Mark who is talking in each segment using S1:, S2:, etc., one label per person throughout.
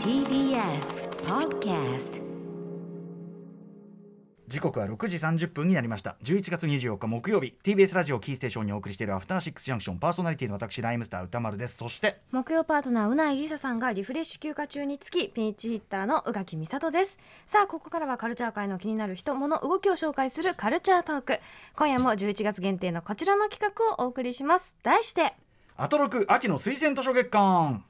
S1: TBS Podcast
S2: 時刻は6時30分になりました11月24日木曜日 TBS ラジオキーステーションにお送りしているアフターシックスジャンクションパーソナリティの私ライムスター歌丸ですそして
S3: 木曜パートナーうないりささんがリフレッシュ休暇中につきピンチヒッターの宇垣美里ですさあここからはカルチャー界の気になる人物動きを紹介するカルチャートーク今夜も11月限定のこちらの企画をお送りします題して
S2: アトロク秋の推薦図書月間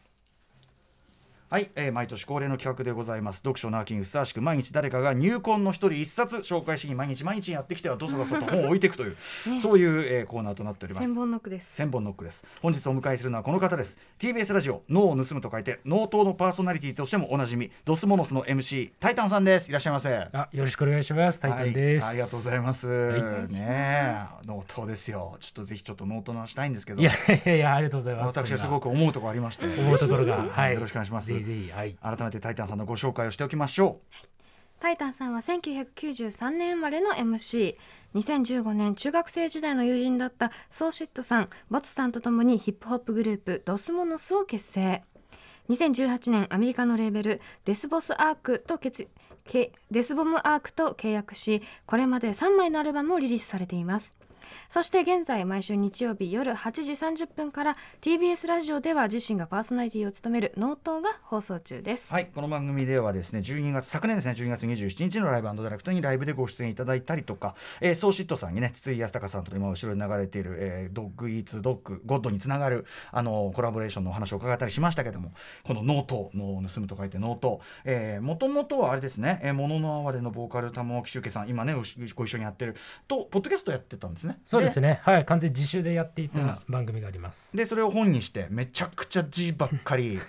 S2: はい、えー毎年恒例の企画でございます読書の秋にふさわしく毎日誰かが入魂の一人一冊紹介しに毎日毎日やってきてはどさどさと本を置いていくという、そういう、えーコーナーとなっております
S3: 千本ノックです
S2: 千本ノックです本日お迎えするのはこの方です TBS ラジオ脳を盗むと書いて脳党のパーソナリティとしてもおなじみドスモノスの MC タイタンさんですいらっしゃいませ
S4: あ、よろしくお願いします。タイタンです。
S2: はい、ありがとうございます、
S4: い
S2: ねえノートですよちょっとぜひちょっとノートの話したいんですけど
S4: いやいやいや、ありがとうございます。
S2: 私はす
S4: そん
S2: ごく思うところありまして
S4: な思うところが、はい、
S2: よろしくお願いします
S4: ぜひぜひ、はい。
S2: 改めてタイタンさんのご紹介をしておきましょ
S3: タイタンさんは1993年生まれの MC。2015年中学生時代の友人だったソーシットさん、ボツさんとともにヒップホップグループドスモノスを結成。2018年アメリカのレーベルデスボスアークと結けデスボムアークと契約し、これまで3枚のアルバムをリリースされています。そして現在毎週日曜日夜8時30分から TBS ラジオでは自身がパーソナリティを務める「ノートが放送中です
S2: う。はいこの番組ではですね12月昨年ですね12月27日のライブダイレクトにライブでご出演いただいたりとか、えー、ソーシットさんにね筒井康隆さんと今後ろに流れている、えードッグイーツドッグゴッドにつながるあのコラボレーションのお話を伺ったりしましたけどもこのノート脳を盗むと書いてノートもともとはあれですね「えー、もののあわれ」のボーカル玉置周家さん今ねご一緒にやってるとポッドキャストやってたんですね
S4: そうですね。はい、完全に自習でやってい
S2: うん
S4: た番組があります。
S2: でそれを本にしてめちゃくちゃ字ばっか り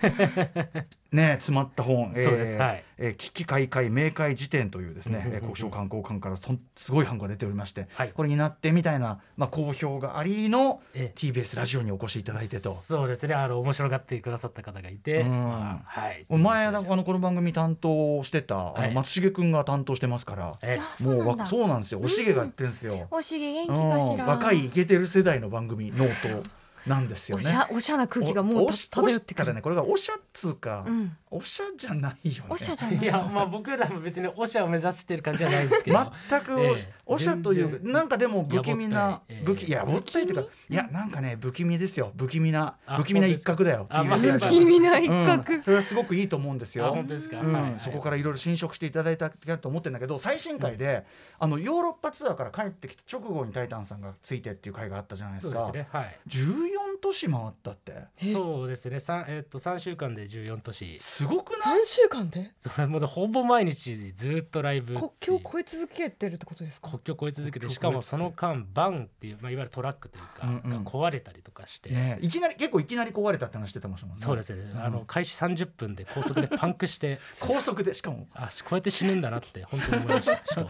S2: ね詰まった本、
S4: そうですはい
S2: えー危機開会明快辞典というですね、えー、国書観光館からそんすごい版が出ておりまして、
S4: はい
S2: これになってみたいな、まあ、好評がありの
S4: ええ
S2: TBS ラジオにお越しいただいてと。
S4: そうですね。あの面白がってくださった方がいて、
S2: うん
S4: まあはい。
S2: 前あ
S4: だ
S2: のこの番組担当してた、
S4: は
S2: あの
S4: い
S2: 松重くんが担当してますから、
S4: え、
S3: あ
S2: もう
S3: だ
S2: わそうなんですよおしげがやってるんですよ、
S3: おしげ元気
S2: うん
S3: かしら。
S2: 若いイケてる世代の番組ノートなんですよ
S3: お
S2: ね
S3: しゃおしゃな空気が
S2: お
S3: もう
S2: お
S3: た
S2: し
S3: 漂って
S2: おした
S3: く
S2: ら
S3: る。
S2: ねこれがおしゃっつうか、
S3: うん。
S2: おしゃじゃないよね
S3: おしゃじゃない。
S4: いや、まあ僕らも別におしゃを目指してる感じじゃないですけど。
S2: 全くおし,、
S4: ええ
S2: おしゃという
S4: 全然
S2: なんかでも不気味な
S4: やぼったいええ
S2: 不気いやぼったいというかいやなんかね不気味ですよ不気味な不気味な一角だよ
S4: あ本当
S2: TBS
S4: です
S2: ラ
S4: か
S2: ジオ
S4: あ
S3: 不気味な一
S2: うん
S3: 角。
S2: それはすごくいいと思うんです
S4: あ
S2: よ
S4: 本当ですか。
S2: うん
S4: はい
S2: そこからいろいろ侵食していただいたと思ってるんだけど最新回で、あのヨーロッパツアーから帰ってきた直後に「タイタン」さんがついてっていう回があったじゃないです
S4: そう
S2: か
S4: ですね。はい。
S2: 14都市回ったって
S4: そうですね。三えっと三週間で十四都市。
S2: すごくない
S5: 三週間で
S4: それもうほぼ毎日ずっとライブっていう。
S5: 国境を越え続けてるってことですか
S4: 国境を越え続けて
S2: 国境を越え
S4: しかもその間バンっていう、まあ、いわゆるトラックという
S2: う
S4: か、
S2: んうん
S4: が壊れたりとかして、
S2: ねえいきなり結構いきなり壊れたって話してたもんね
S4: そうですね、
S2: ん
S4: あの開始30分で高速でパンクして
S2: 高速でしかも
S4: あこうやって死ぬんだなって本当に思いました人は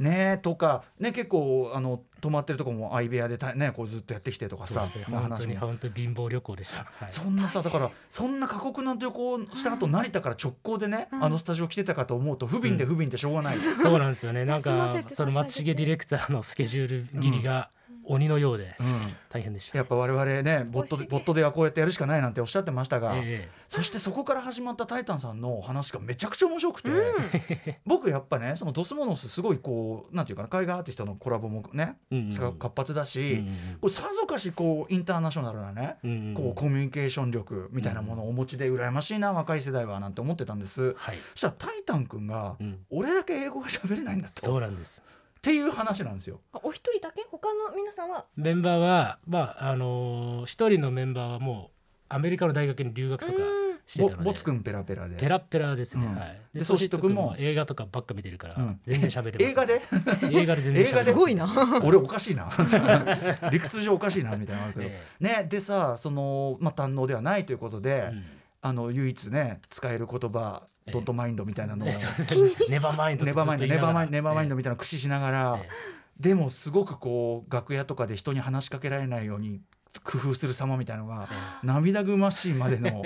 S2: ねえとかね結構あの泊まってるとこも相部屋でたねこうずっとやってきてとか
S4: そう
S2: さ
S4: ですね
S2: まあ
S4: 本当
S2: 話
S4: に
S2: も
S4: 本当に貧乏旅行でした、はい
S2: そんなさだからそんな過酷な旅行をした後成田から直行でねあのスタジオ来てたかと思うと不憫で不憫でしょう がない
S4: そうなんですよねなん
S3: 休ま
S4: か
S3: せて
S4: その松重ディレクターのスケジュール切りが鬼のようで
S2: うん
S4: 大変でした、
S2: やっぱ我々ねボットでボットではこうやってやるしかないなんておっしゃってましたが、
S4: え
S2: そしてそこから始まったタイタンさんのお話がめちゃくちゃ面白くて、僕やっぱねそのドスモノスすごいこうなんていうかな海外アーティストのコラボもね、
S4: うんうんうん
S2: 活発だ
S4: え
S2: し、これさぞかしこうインターナショナルなね、
S4: うんうん
S2: こうコミュニケーション力みたいなものをお持ちで羨ましいな若い世代はなんて思ってたんです、
S4: はい
S2: そしたらタイタン君が、
S4: うん
S2: 俺だけ英語が喋れないんだ
S4: そ
S2: と
S4: う
S2: っ
S4: なんです
S2: ていう話なんですよ。
S3: お一人だけ？他の皆さんは
S4: メンバーはまああのー一人のメンバーはもうアメリカの大学に留学とかして
S2: ぼ
S4: たので
S2: ぼつくんペラペラで
S4: ペラッペラですね。
S2: うん
S4: はい。
S2: で
S4: ソ
S2: ソ
S4: ー
S2: ー
S4: シ
S2: シッ
S4: ット
S2: ト
S4: 君
S2: 君
S4: も
S2: も
S4: 映画とかばっか見てるから、
S2: うん
S4: 全然喋れます。
S2: 映画 で
S4: 映画で全然
S2: 映画
S5: す
S2: です
S4: 喋れま
S5: ごいな
S2: 俺おかしいな 理屈上おかしいなみたいなのあるけど、
S4: え
S2: ねでさその、まあ、堪能ではないということで、
S4: せんうん
S2: あの唯一ね使える言葉
S4: ええ
S2: ドントマインドみたいなのを、
S4: えそうですねネバーマインド
S2: ネバーマインドネバーマインドネバーマインド
S4: み
S2: みたいなのを駆使しながら、
S4: え
S2: でもすごくこう楽屋とかで人に話しかけられないように工夫する様みたいなのが涙ぐましいまで の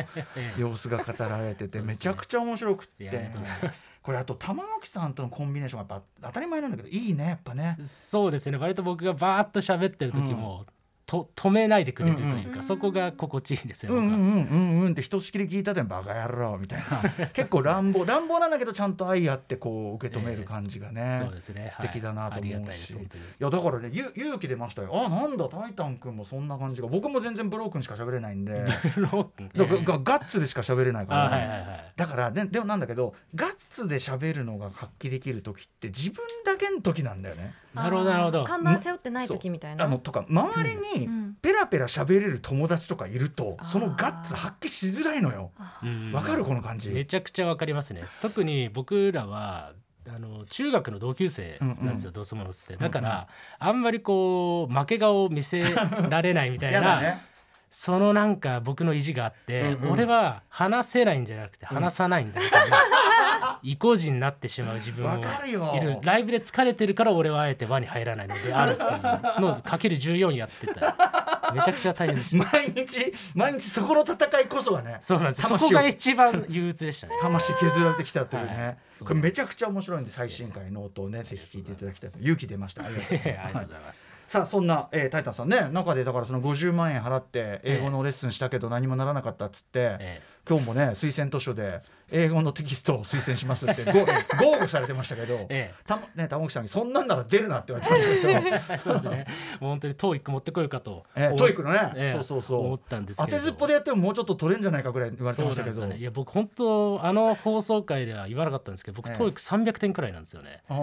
S2: 様子が語られてて、
S4: そうですね
S2: めちゃくちゃ面白くっ
S4: い
S2: て
S4: やありがとうございます。
S2: これあと玉置さんとのコンビネーションがやっぱ当たり前なんだけどいいねやっぱね。
S4: そうですね。割と僕がバーッと喋ってる時も、と止めないでくれるという
S2: うん
S4: か、
S5: うん
S4: そこが心地いいんですよ、
S2: う
S4: 僕
S2: ん
S4: は
S2: うんうんうんうんってひとしきり聞いたでバカ野郎みたい な結構乱暴乱暴なんだけどちゃんと愛あってこう受け止める感じがね、
S4: そうですね
S2: 素敵だなと思うし
S4: はい、ありがたいです本当に
S2: いやだからねゆ勇気出ましたよあなんだタイタン君もそんな感じが僕も全然ブロー君しか喋れないんで だからがガッツでしか喋れないか
S4: あ
S2: ら、
S4: はいはいはい
S2: だからででもなんだけどガッツで喋るのが発揮できる時って自分だけの時なんだよね。
S4: なるほどなるほど
S3: 看板背負ってない時みたいな
S2: あのとか周りに
S3: うん
S2: ペラペラ喋れる友達とかいると、
S3: あー
S2: そのガッツ発揮しづらいのよ。
S4: うん
S2: わかるこの感じ。
S4: めちゃくちゃわかりますね特に僕らはあの中学の同級生なんですよ、ドスモノスってだから、あんまりこう負け顔を見せられないみたい
S2: や
S4: な、
S2: だね。
S4: そのなんか僕の意地があって、
S2: うんうん
S4: 俺は話せないんじゃなくて話さないんだみたいな、 意固地になってしまう自分
S2: わ
S4: も
S2: かるよ
S4: いるライブで疲れてるから俺はあえて輪に入らないのであるっていうのをかける14やってためちゃくちゃ大変でした
S2: 毎日毎日そこの戦いこそがね。
S4: そう なんですそ
S2: 魂を
S4: こが一番憂鬱でしたね
S2: 魂削られてきたというね、
S4: はいそう
S2: これめちゃくちゃ面白いんで最新回ノートをねぜひ聞いていただきたいと勇気出ましたあ りがとうございます
S4: ありがとうございます
S2: さあそんな、えータイタンさんね中でだからその50万円払って英語のレッスンしたけど何もならなかったっつって、
S4: え
S2: 今日もね推薦図書で英語のテキストを推薦します ってご豪語されてましたけど、
S4: ええ
S2: たまね玉木さんにそんなんなら出るなって言われてましたけ ど。
S4: えそうで すねもう本当に TOEIC 持ってこようかと、
S2: ええトイックのね、
S4: ええ
S2: そうそうそう
S4: 思ったんですけれど
S2: 当てずっぽでやってももうちょっと取れんじゃないかぐらい言われて
S4: そ
S2: ま
S4: うな
S2: した
S4: ん
S2: け
S4: で
S2: ど
S4: すよねいや僕本当あの放送回では言わなかったんですけど僕
S2: ええ
S4: TOEIC300 点くらいなんですよね、
S2: あ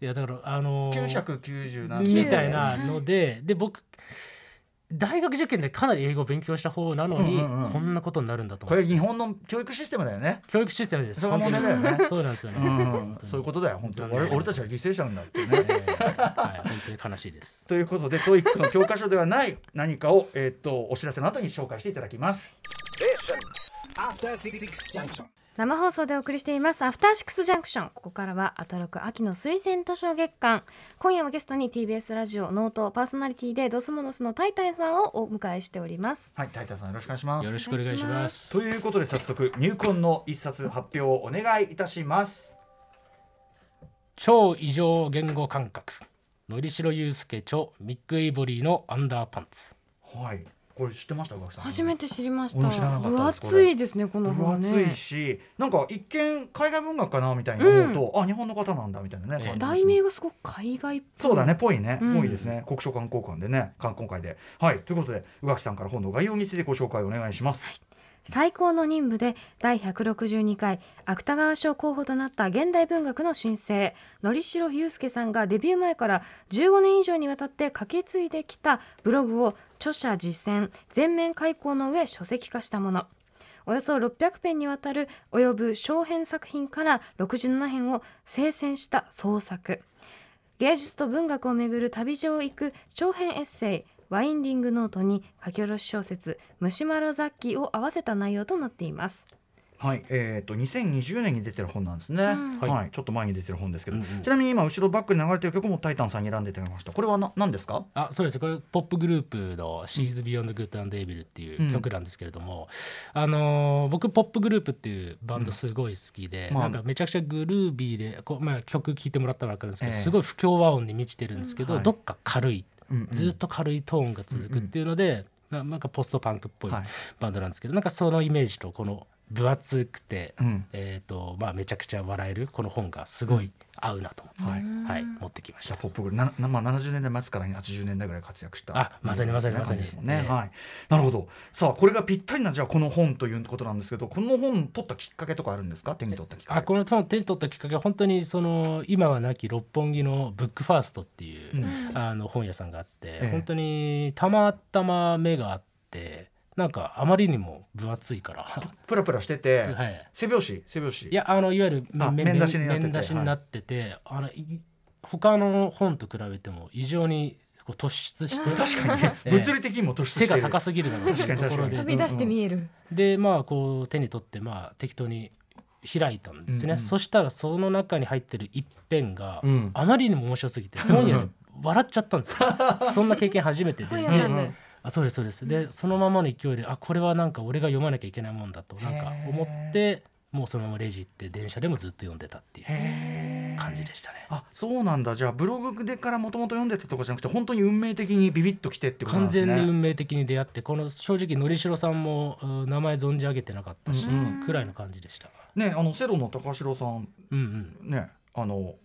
S4: いやだからあの
S2: あ
S4: ー
S2: 990何
S4: みたいなのでで僕大学受験でかなり英語を勉強した方なのに、
S2: うんうんうん
S4: こんなことになるんだと
S2: こ
S4: 思って
S2: れ日本の教育システムだよね、
S4: 教育システムです
S2: それは問題だよね
S4: 本当にそうなんですよね、
S2: うん、そういうことだよ本当に俺俺たちが犠牲者なんだってね
S4: ええはい、本当に悲しいです
S2: ということで、トイックの教科書ではない 何かを、えーっと、お知らせの後に紹介していただきます。
S6: After Six Junction.
S3: 生放送でお送りしています「アフターシックスジャンクション」ここからはアトロク秋の推薦図書月間今夜はゲストに TBS ラジオノートパーソナリティでドスモノスのタイタイさんをお迎えしております
S2: はい、タイタさん、よろしくお願いしま
S4: よろ
S2: す。
S4: しくお願いします
S2: ということで、早速、入魂の一冊発表をお願いいたします。
S4: 超異常言語感覚のりしろゆうすけ著ミック・イボリーのアンダーパンツ
S2: はい、これ知ってました、宇垣さん。
S3: 初めて知りまし
S2: 俺
S3: た
S2: も知らなかった
S3: 分
S2: です
S3: 厚いですねこの
S2: 分
S3: 本
S2: 厚い
S3: ね
S2: し、なんか一見海外文学かなみたいに思うと、あ、日本の方なんだみたいなね。
S4: ええ
S2: 感
S3: 題
S2: じ
S3: 名がすごく海外っぽい
S2: そうだね、ぽいね、
S3: うん
S2: ぽいですね、国書観光館でね、観光会で、はい、ということで、宇垣さんから本の概要についてご紹介お願いします。
S3: 最高の任務で第162回芥川賞候補となった現代文学の新星のりしろゆうすけさんがデビュー前から15年以上にわたって書き継いできたブログを著者実践全面開講の上書籍化したものおよそ600編にわたる及ぶ小編作品から67編を精選した創作芸術と文学をめぐる旅路を行く長編エッセイ「ワインディングノート」に書き下ろし小説「虫まろ雑記」を合わせた内容となっています。
S2: はい、えっ、と2020年に出てる本なんですね、
S3: ん
S2: は、
S4: はいい
S2: ちょっと前に出てる本ですけど、
S4: うんうん
S2: ちなみに今後ろバックに流れてる曲もタイタンさんに選んでいただきました。これはな何ですか？
S4: あそうですこれポップグループの「She's Beyond Good and Evil」って
S2: う
S4: い
S2: ん
S4: う曲なんですけれども、あのー僕ポップグループっていうバンドすごい好きで、
S2: うんまあ
S4: なんかめちゃくちゃグルービーでこう、まあ、曲聴いてもらったら分かるんですけど、
S2: ええ
S4: すごい不協和音に満ちてるんですけど、
S2: はい
S4: どっか軽い
S2: うん
S4: ずっと軽いトーンが続くっていうので、ななんかポストパンクっぽい
S2: はい
S4: バンドなんですけど、なんかそのイメージとこの分厚くて、
S2: うん
S4: えーとまあ、めちゃくちゃ笑えるこの本がすごい合うなと思って、はい持ってきまし
S2: じゃ
S4: た
S2: あ。ポップグループななまあ70年代末から80年代ぐらい活躍した
S4: あまさにまさにまさに
S2: 感じですもんね、
S4: ええ
S2: はいなるほどさあこれがぴったりなじゃあこの本ということなんですけどこの本取ったきっかけとかあるんですか手に取ったきっか
S4: あ
S2: け
S4: この本手に取ったきっかけは本当にその今はなき六本木のブックファーストっていう、
S2: うん
S4: あの本屋さんがあって、
S2: え
S4: 本当にたまたま目があってなんかあまりにも分厚い から、
S2: プラプラしてて、
S4: はい、
S2: 背表紙背表紙
S4: いやあのいわゆる
S2: あ
S4: め
S2: 面出しになってて
S4: 面出しになってて、あのい他の本と比べても異常にこう突出 して
S2: 確かにね、
S4: ええ
S2: 物理的にも突出して
S4: 背
S2: いる
S4: が高すぎるだろうというところ
S2: 確かに確かに
S4: で
S2: 飛
S3: 飛
S2: び
S3: び
S2: 出
S3: 出
S2: し
S3: してて
S2: 見
S3: 見える、
S4: でまあこう手に取ってまあ適当に開いたんですね、
S2: うんうん
S4: そしたらその中に入ってる一編が、
S2: うん
S4: あまりにも面白すぎて 本屋で笑っちゃったんですよそんな経験初めて で
S3: 本屋
S2: う
S3: さ
S2: ん
S3: ん
S2: う
S3: で
S2: ん
S4: あそうですそうですでそのままの勢いであこれはなんか俺が読まなきゃいけないもんだとなんか思ってもうそのままレジ行って電車でもずっと読んでたっていう
S2: へ
S4: 感じでしたね。
S2: あそうなんだじゃあブログでからもともと読んでたとかじゃなくて本当に運命的にビビッときてってことなん
S4: 完
S2: です
S4: 全
S2: ね
S4: に運命的に出会ってこの正直のりしろさんもうん名前存じ上げてなかったし、くらいの感じでした。
S2: ねあのセロの高城さん
S4: うんうん
S2: ねあの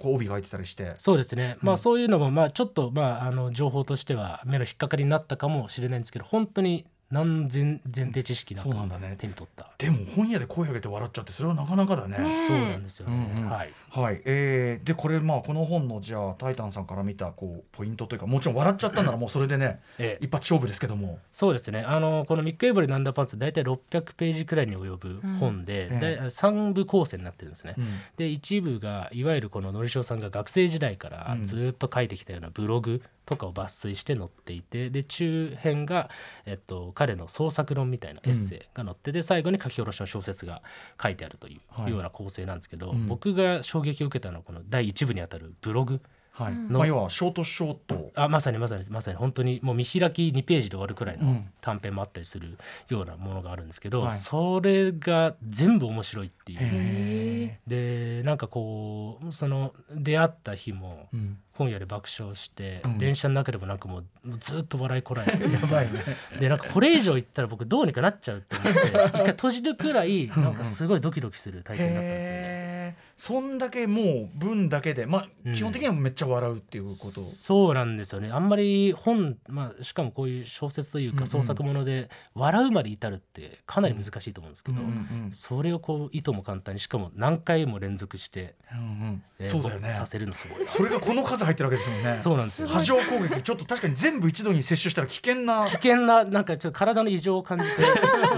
S2: こう帯が入ってたりして
S4: そうですね、まあそういうのもまあちょっとまああの情報としては目の引っかかりになったかもしれないんですけど本当に何前前提知識なく
S2: そうなんだね
S4: 手に取った
S2: でも本屋で声上げて笑っちゃってそれはなかなかだね。
S3: ねえ
S4: そうなんですよね、
S2: うんうん
S4: はい
S2: はいえーでこれまあこの本のじゃあタイタンさんから見たこうポイントというかもちろん笑っちゃったならもうそれでね
S4: ええ
S2: 一発勝負ですけども。
S4: そうですねあのこの「ミック・エイブリなんだパンツ」大体600ページくらいに及ぶ本で、
S2: うんええ
S4: だい3部構成になってるんですね。
S2: うん
S4: で一部がいわゆるこののりしおさんが学生時代から
S2: うん
S4: ずっと書いてきたようなブログとかを抜粋して載っていてで中編が、えっと、彼の創作論みたいなエッセイが載ってで最後に書き下ろしの小説が書いてあるとい
S2: はいう
S4: ような構成なんですけど、
S2: うん
S4: 僕が衝撃を受けたのはこの第一部にあたるブログ。
S2: はい
S4: の
S2: まあ、要はショートショート
S4: あまさにまさにまさに本当にもう見開き2ページで終わるくらいうの
S2: ん
S4: 短編もあったりするようなものがあるんですけど、
S2: はい
S4: それが全部面白いっていう
S2: へ
S4: でなんかこうその出会った日も
S2: ーうん
S4: 本屋で爆笑して、
S2: うん
S4: 電車の中でもなんかもうずっと笑いこらえて
S2: やばい ね。
S4: でなんかこれ以上行ったら僕どうにかなっちゃうって思って一回閉じるくらいなんかすごいドキドキする体験だったんですよね。
S2: へーそんだけもう文だけで、まあ
S4: うん
S2: 基本的にはめっちゃ笑うっていうこと。
S4: そうなんですよねあんまり本、まあ、しかもこういう小説という
S2: うんう
S4: か
S2: ん
S4: 創作もので笑うまで至るってかなり難しいと思うんですけど、
S2: うんうん
S4: それをこういとも簡単にしかも何回も連続して、
S2: うんう
S4: え
S2: ん
S4: ー
S2: そうだよね。
S4: させるのすごいな
S2: それがこの数入ってるわけですもんね。
S4: そうなんですよ
S2: 波状攻撃ちょっと確かに全部一度に摂取したら危険な
S4: 危険ななんかちょっと体の異常を感じて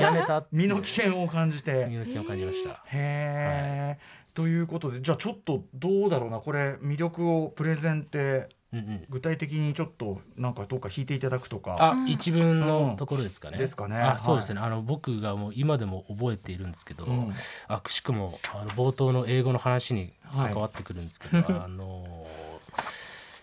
S4: やめたってい う
S2: 身の危険を感じ
S4: 身
S2: て。
S4: の危険を感じました、
S2: へーということでじゃあちょっとどうだろうなこれ魅力をプレゼンって
S4: うんうん
S2: 具体的にちょっとなんかどうか弾いていただくとか。
S4: あ一文のところですかね、
S2: うんですかねはい
S4: あそうですね、あの僕がもう今でも覚えているんですけど、
S2: うん
S4: あくしくもあの冒頭の英語の話に関わってくるんですけど、 あの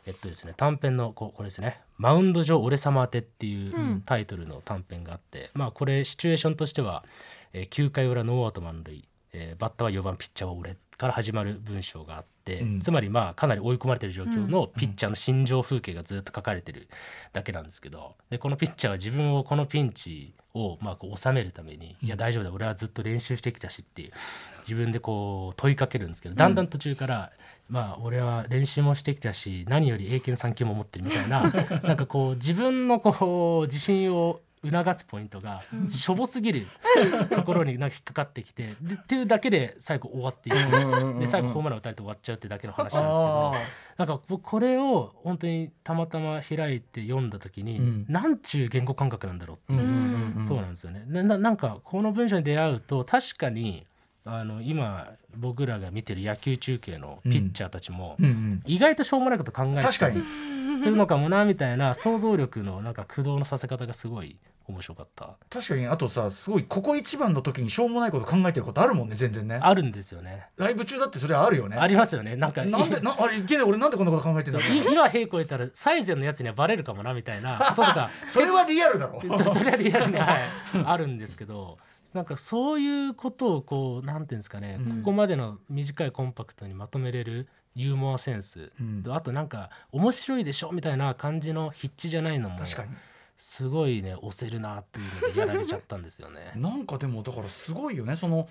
S4: えっとですね短編のこうこれですね「マウンド上俺様宛て」っていううタイトルの短編があって、まあこれシチュエーションとしては、えー9回裏ノーアウト満塁、えーバッターは4番ピッチャーは俺から始まる文章があって、
S2: うん
S4: つまりまあかなり追い込まれてる状況のピッチャーの心情風景がずっと書かれてるだけなんですけどでこのピッチャーは自分をこのピンチをまあこう収めるために「いや大丈夫だ俺はずっと練習してきたし」っていう自分でこう問いかけるんですけどだんだん途中から「まあ俺は練習もしてきたし何より英検3級も持ってる」みた いななんかこう自分のこう自信を促すポイントがしょぼ すぎるところになんか引っかかってきてでっていうだけで最後終わっていくで最後ホームラン打たれて終わっちゃうってだけの話なんですけど
S2: あー
S4: なんか僕これを本当にたまたま開いて読んだ時に、
S2: うん
S4: なんちゅう言語感覚なんだろうっていう、
S2: うん
S4: そうなんですよね。なななんかこの文章に出会うと確かにあの今僕らが見てる野球中継のピッチャーたちも、
S2: うんうん
S4: 意外としょうもないこと考え
S2: 確
S4: た
S2: か
S4: り
S2: に。
S4: するのかもなみたいな想像力のなんか駆動のさせ方がすごい面白かった
S2: 確かにあとさすごいここ一番の時にしょうもないこと考えてることあるもんね全然ね
S4: あるんですよね。
S2: ライブ中だってそれはあるよね
S4: ありますよね。なんか
S2: なんでなあれいけねえ俺なんでこんなこと考えてんだろう
S4: い今平行いたら最善のやつにはバレるかもなみたい なこととか
S2: それはリアルだろ
S4: そそれはリアルに、はい、あるんですけどなんかそういうことをこうなんていうんですかね、
S2: うん
S4: ここまでの短いコンパクトにまとめれるユーモアセンス、
S2: うん
S4: とあとなんか面白いでしょみたいな感じの筆致じゃないのも
S2: 確かに。
S4: すごいね押せるなっていうのでやられちゃったんですよね
S2: なんかでもだからすごいよねその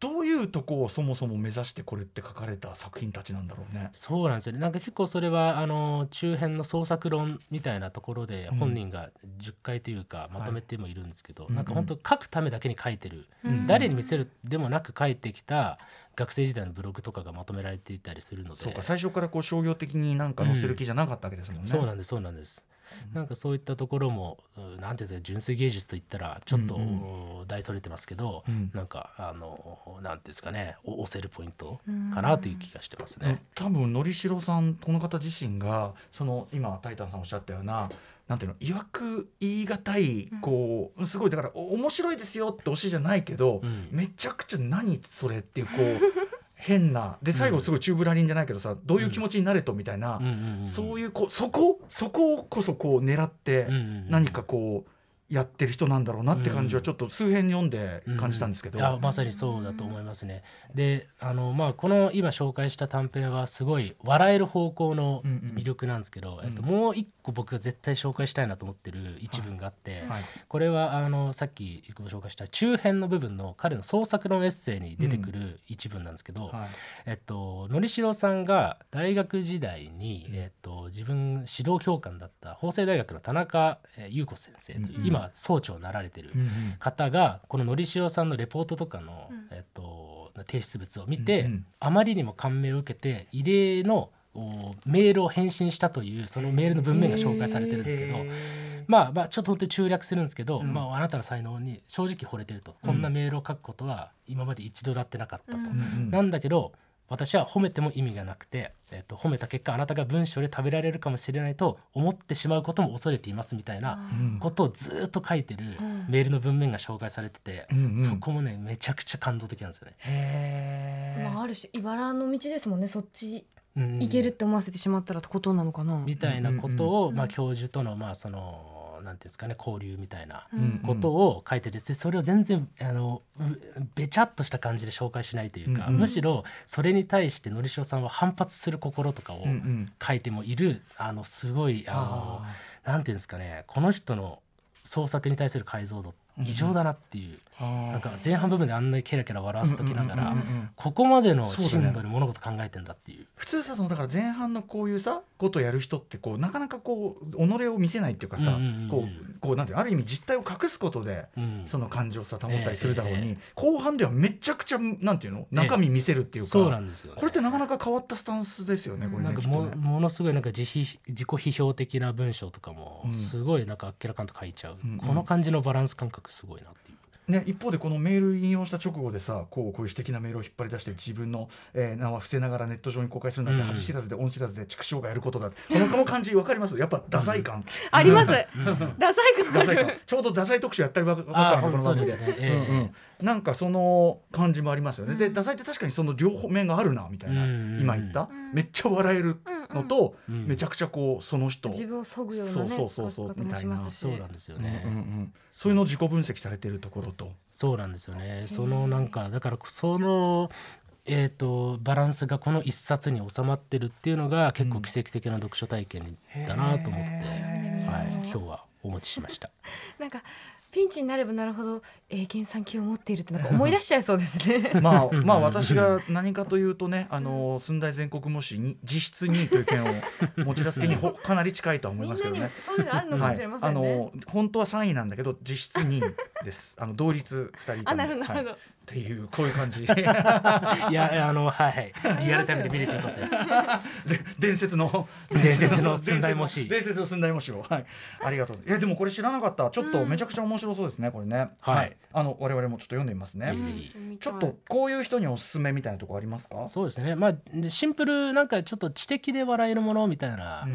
S2: どういうとこをそもそも目指してこれって書かれた作品たちなんだろうね。
S4: そうなんですよねなんか結構それはあの中編の創作論みたいなところで
S2: うん
S4: 本人が10回というかまとめてもいるんですけど、
S2: い
S4: なんか本当書くためだけに書いてる、
S2: うん
S4: 誰に見せるでもなく書いてきた学生時代のブログとかがまとめられていたりするので
S2: そうか最初からこう商業的になんか載せる気じゃなかったわけですもんね。
S4: そうなんですそうなんです、なんかそういったところもうんなんていうんですか純粋芸術といったらちょっと、
S2: うんうん
S4: お大それてますけど、
S2: うん
S4: なんかあのなんていうんですかねお押せるポイントかなという気がしてますね。
S2: 多分のりしろさんこの方自身がその今タイタンさんおっしゃったようななんていうのいわく言い難いこうすごいだからお面白いですよって推しじゃないけど、
S4: うん
S2: めちゃくちゃ何それっていうこう変なで最後すごいチューブラリンじゃないけどさどういう気持ちになれとみたいな、
S4: うんうんうん
S2: そういうこうそこそここそこう狙って
S4: うんうんうん
S2: 何かこうやってる人なんだろうなって感じはちょっと数編読んで感じたんですけど、
S4: いやまさにそうだと思いますね。であの、まあ、この今紹介した短編はすごい笑える方向の魅力なんですけど、えっと、もう一個僕が絶対紹介したいなと思ってる一文があって、
S2: はい
S4: これはあのさっきご紹介した中編の部分の彼の創作のエッセイに出てくる一文なんですけど、
S2: はい
S4: えっと、のりしろさんが大学時代に、えっと、自分指導教官だった法政大学の田中えー優子先生という、今総長になられてる
S2: うんうん
S4: 方がこののりしろさんのレポートとかの、
S3: うん
S4: えっと、提出物を見て、
S2: うんうん
S4: あまりにも感銘を受けて異例のおメールを返信したというそのメールの文面が紹介されてるんですけど。まあまあちょっと本当に中略するんですけど、
S2: ん
S4: まあ、あなたの才能に正直惚れてると、こんなメールを書くことは今まで一度だってなかったと、
S3: うん
S2: うん
S4: なんだけど私は褒めても意味がなくて、えっと褒めた結果あなたが文章で食べられるかもしれないと思ってしまうことも恐れていますみたいな
S2: うん
S4: ことをずっと書いてる
S3: うん
S4: メールの文面が紹介されてて、
S2: うんうん
S4: そこもねめちゃくちゃ感動的なんですよね。
S2: へ
S3: まあ、ある種茨の道ですもんねそっち
S4: うん
S3: 行けるって思わせてしまったらってことなのかな。
S4: みたいなことを、
S3: うん
S4: まあ、教授とのまあそのなんていうんですかね交流みたいな
S2: うんうん
S4: ことを書いててでそれを全然あのうべちゃっとした感じで紹介しないというか、
S2: うんうん
S4: むしろそれに対してのりしおさんは反発する心とかを
S2: うんうん
S4: 書いてもいるあのすごいあ
S2: あ
S4: のなんていうんですかねこの人の創作に対する解像度異常だなっていう、
S2: ーあー
S4: なんか前半部分であんなにケラケラ笑わせときながら、
S2: うんうんうんうん
S4: ここまでの
S2: そうだね
S4: 深度で物事考えてんだっていう。
S2: 普通さそのだから前半のこういうさことやる人ってこうなかなかこう己を見せないっていうかさ、
S4: うんうんうん
S2: こうこうなんていうのある意味実態を隠すことで
S4: うん
S2: その感情をさ保ったりするだろうに、
S4: ええ
S2: 後半ではめちゃくちゃなんていうの中身見せるっていうか、
S4: そうなんですよね、
S2: これってなかなか変わったスタンスですよね、これ
S4: なん
S2: ね
S4: か
S2: きっと
S4: も
S2: ね。
S4: ものすごいなんか自費自己批評的な文章とかも
S2: うん
S4: すごいなんかあっけらかんと書いちゃう、
S2: うんうん
S4: この感じのバランス感覚すごいなっていう。
S2: ね、一方でこのメール引用した直後でさこうこういう私的なメールを引っ張り出して自分の、えー名は伏せながらネット上に公開するなんて
S4: うん
S2: 恥知らずで恩知らずで畜生がやることだってこのこの感じ分かりますやっぱダサい感、
S3: あり ます。
S4: うん
S3: ダサいか
S2: ダサ
S3: もし
S2: い
S3: れ
S2: か
S3: ない。
S2: ちょうどダサい特集やったりばばっかり
S4: あー
S2: この番組で
S4: そうですねええ
S2: うんうんなんかその感じもありますよね、でダサいって確かにその両方面があるなみたいな、
S4: うんうんうん
S2: 今言った、
S3: うん
S2: めっちゃ笑えるのと、
S4: うん
S2: めちゃくちゃこうその人
S3: 自分を削ぐようなね、
S2: そうそうそうそう
S3: 書き方もしますし
S4: そうなんですよ
S2: うんうんう
S4: ね、
S2: ん、そういうのを自己分析されてるところと。
S4: そうなんですよねそのなんかだからそのえー、とバランスがこの一冊に収まってるっていうのが結構奇跡的な読書体験だなと思って、はい、今日はお持ちしま した。
S3: なんかピンチになればなるほどえー原産級を持っているってなんか思い出しちゃいそうですね。
S2: まあ、まあ私が何かというとね、あの寸大全国模試に実質2位という件を持ち出す件に ほかなり近いとは 思い
S3: みん
S2: ま
S3: な
S2: す
S3: に
S2: けどね。
S3: そういうのあるのかもしれませ
S2: あ
S3: んね。
S2: の本当は3位なんだけど実質2位です。あの同率2人いたんで
S3: あなるほどなるほど
S2: はいっていうこういう感 じ
S4: いやあのはいリアルタイムで見れてよかったです。
S2: で伝説の
S4: 伝説の寸大模試
S2: 伝説の寸大模試をはいありがとういやでもこれ知らなかったちょっとめちゃくちゃ面白そうですねこれね
S4: はい
S2: あの我々もちょっと読んでみます
S4: ぜ
S2: ね
S4: ひぜひ
S3: うん
S2: ちょっとこういう人におすすめみたいなとこありますか
S4: そうですねまあでシンプルなんかちょっと知的で笑えるものみたいな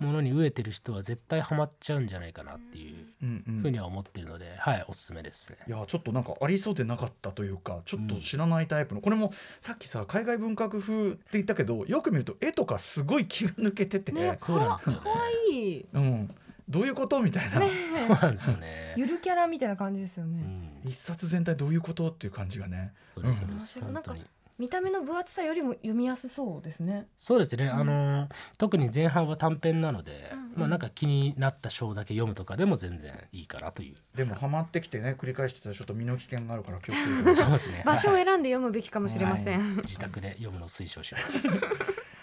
S2: うん
S4: ものに飢えてる人は絶対ハマっちゃうんじゃないかなっていう
S2: うんうんうん
S4: ふうには思ってるので、はいおすすめですね。
S2: いやちょっとなんかありそうでなかったというかちょっと知らないタイプの、これもさっきさ海外文学風って言ったけどよく見ると絵とかすごい気が抜けてて、
S3: ね、
S4: そうなんですよね
S3: かわいい。
S2: うん、どういうことみたいな、
S4: そうなんですよね。
S5: ゆるキャラみたいな感じですよ
S4: う
S5: ね。
S4: ん、
S2: 一冊全体どういうことっていう感じがね。
S4: それそれ
S3: 面
S4: です
S3: 白い
S4: 本当
S3: なん
S4: に
S3: か。見た目の分厚さよりも読みやすそうですね。
S4: そうですね、あの特に前半は短編なので、
S3: うんうん
S4: まあなんか気になった章だけ読むとかでも全然いいかなという。
S2: でもハマってきてね繰り返してたらちょっと身の危険があるから気をつけてください
S4: そうですね。
S3: 場所を
S4: はい
S3: 選んで読むべきかもしれません。
S4: 自宅で読むのを推奨します。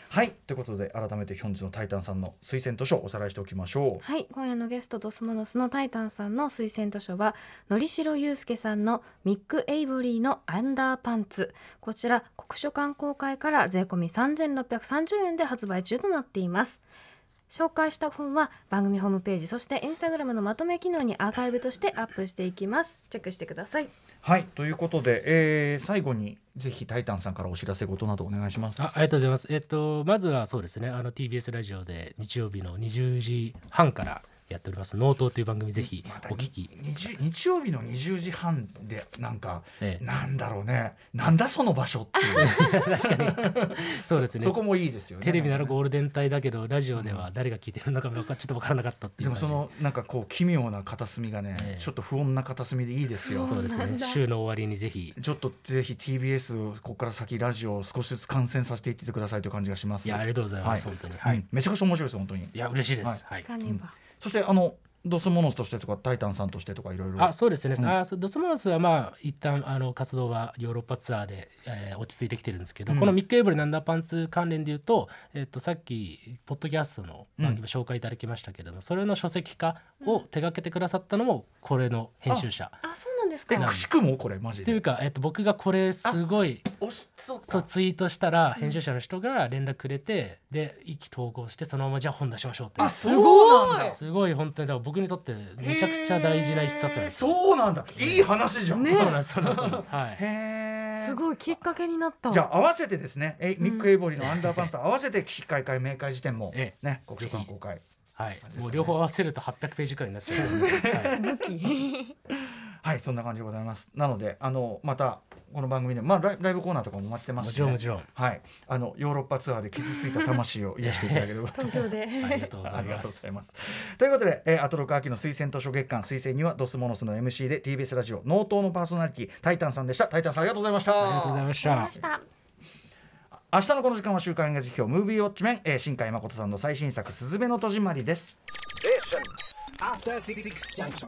S2: はいということで改めてヒョンジの「タイタン」さんの推薦図書をおさらいしておきましょう。
S3: はい、今夜のゲストドスモノスのタイタンさんの推薦図書はのりしろゆうすけさんのミック・エイボリーのアンダーパンツこちら国書館公開から税込み3630円で発売中となっています紹介した本は番組ホームページそしてインスタグラムのまとめ機能にアーカイブとしてアップしていきますチェックしてください
S2: はいということで、えー最後にぜひ「タイタン」さんからお知らせ事などお願いします。
S4: あありがとうございます。えっと、まずはそうですね、あの TBS ラジオで日曜日の20時半から、やっております「ノートという番組ぜひ
S2: また
S4: お聞き
S2: 日日曜日の20時半でなんか、
S4: ええ
S2: なんだろうねなんだその場所っていう
S4: そうですね
S2: そこもいいですよね
S4: テレビならゴールデン帯だけどラジオでは誰が聞いてるのかもちょっと分からなかったってい
S2: で
S4: う
S2: も
S4: 感じ
S2: そのなんかこう奇妙な片隅がね、
S4: ええ
S2: ちょっと不穏な片隅でいいですよ
S4: そうです
S5: そうな
S4: ね
S5: んだ
S4: 週の終わりにぜひ
S2: ちょっとぜひ TBS をここから先ラジオを少しずつ観戦させていってくださいという感じがします
S4: いやありがとうございます、
S2: はい
S4: 本当に、
S2: は
S4: はい
S2: い、めちゃくちゃ面白いです本当に
S4: いや嬉しいです、はい
S3: かねば
S2: そしてあのドスモノスとしてとかタイタンさんとしてとかいろいろ
S4: あそうですね、
S2: うん
S4: あそうドスモノスはまあ一旦あの活動はヨーロッパツアーで、えー落ち着いてきてるんですけど、
S2: うん
S4: このミック・エイブルナンダーパンツ関連で言うと,、えっとさっきポッドキャストの番組紹介いただきましたけれども、それの書籍化を手掛けてくださったのもこれの編集者。
S3: あそうなんです
S2: え
S3: か
S4: なん
S2: くしくもこれマジ
S4: という
S2: で
S4: か、えっと僕がこれすごい
S2: おしそうか
S4: そうツイートしたら編集者の人が連絡くれて、で意気投合してそのままじゃあ本出しましょうって
S2: あそうなんだ
S4: すごい本当にだから僕にとってめちゃくちゃ大事な一冊な
S2: へ
S4: んで
S2: ー
S4: すよ。
S2: そうなんだいい話じゃん、
S5: ね
S4: そうなんですそうなんですそうなんですはい
S2: へえ
S3: すごいきっかけになった
S2: じゃあ合わせてですねえミック・エイボリーのアンダーパンスと合わせて危機開会明快辞典も
S4: え
S2: ね国書館公開
S4: はい
S2: す、ね
S4: もう両方合わせると800ページくらいになっちゃうん ですけど、はい
S5: 武器。
S2: はいそんな感じでございますなのであのまたこの番組でまあライライブコーナーとかも待ってま
S4: も
S2: す
S4: ち
S2: し、
S4: ろ
S2: ね、
S4: んもちろん。
S2: はいあのヨーロッパツアーで傷ついた魂を癒していただ ければと
S5: 東京で。
S4: ありがとうござ
S2: あ
S4: い
S2: りが
S4: ま
S2: とうござ
S4: す
S2: い。ます。ということで、えー、アトロク秋の推薦図書月間推薦にはドスモノスの MC で TBS ラジオ納刀のパーソナリティタイタンさんでした。タイタンさんありがとうございました。
S4: ありがとうございまし
S3: あり
S4: た
S3: ま。した
S2: 明日のこの時間は週刊映画辞表ムービーウォッチメン、えー、新海誠さんの最新作すずめの戸締まりです。
S6: Station. After Six Junction.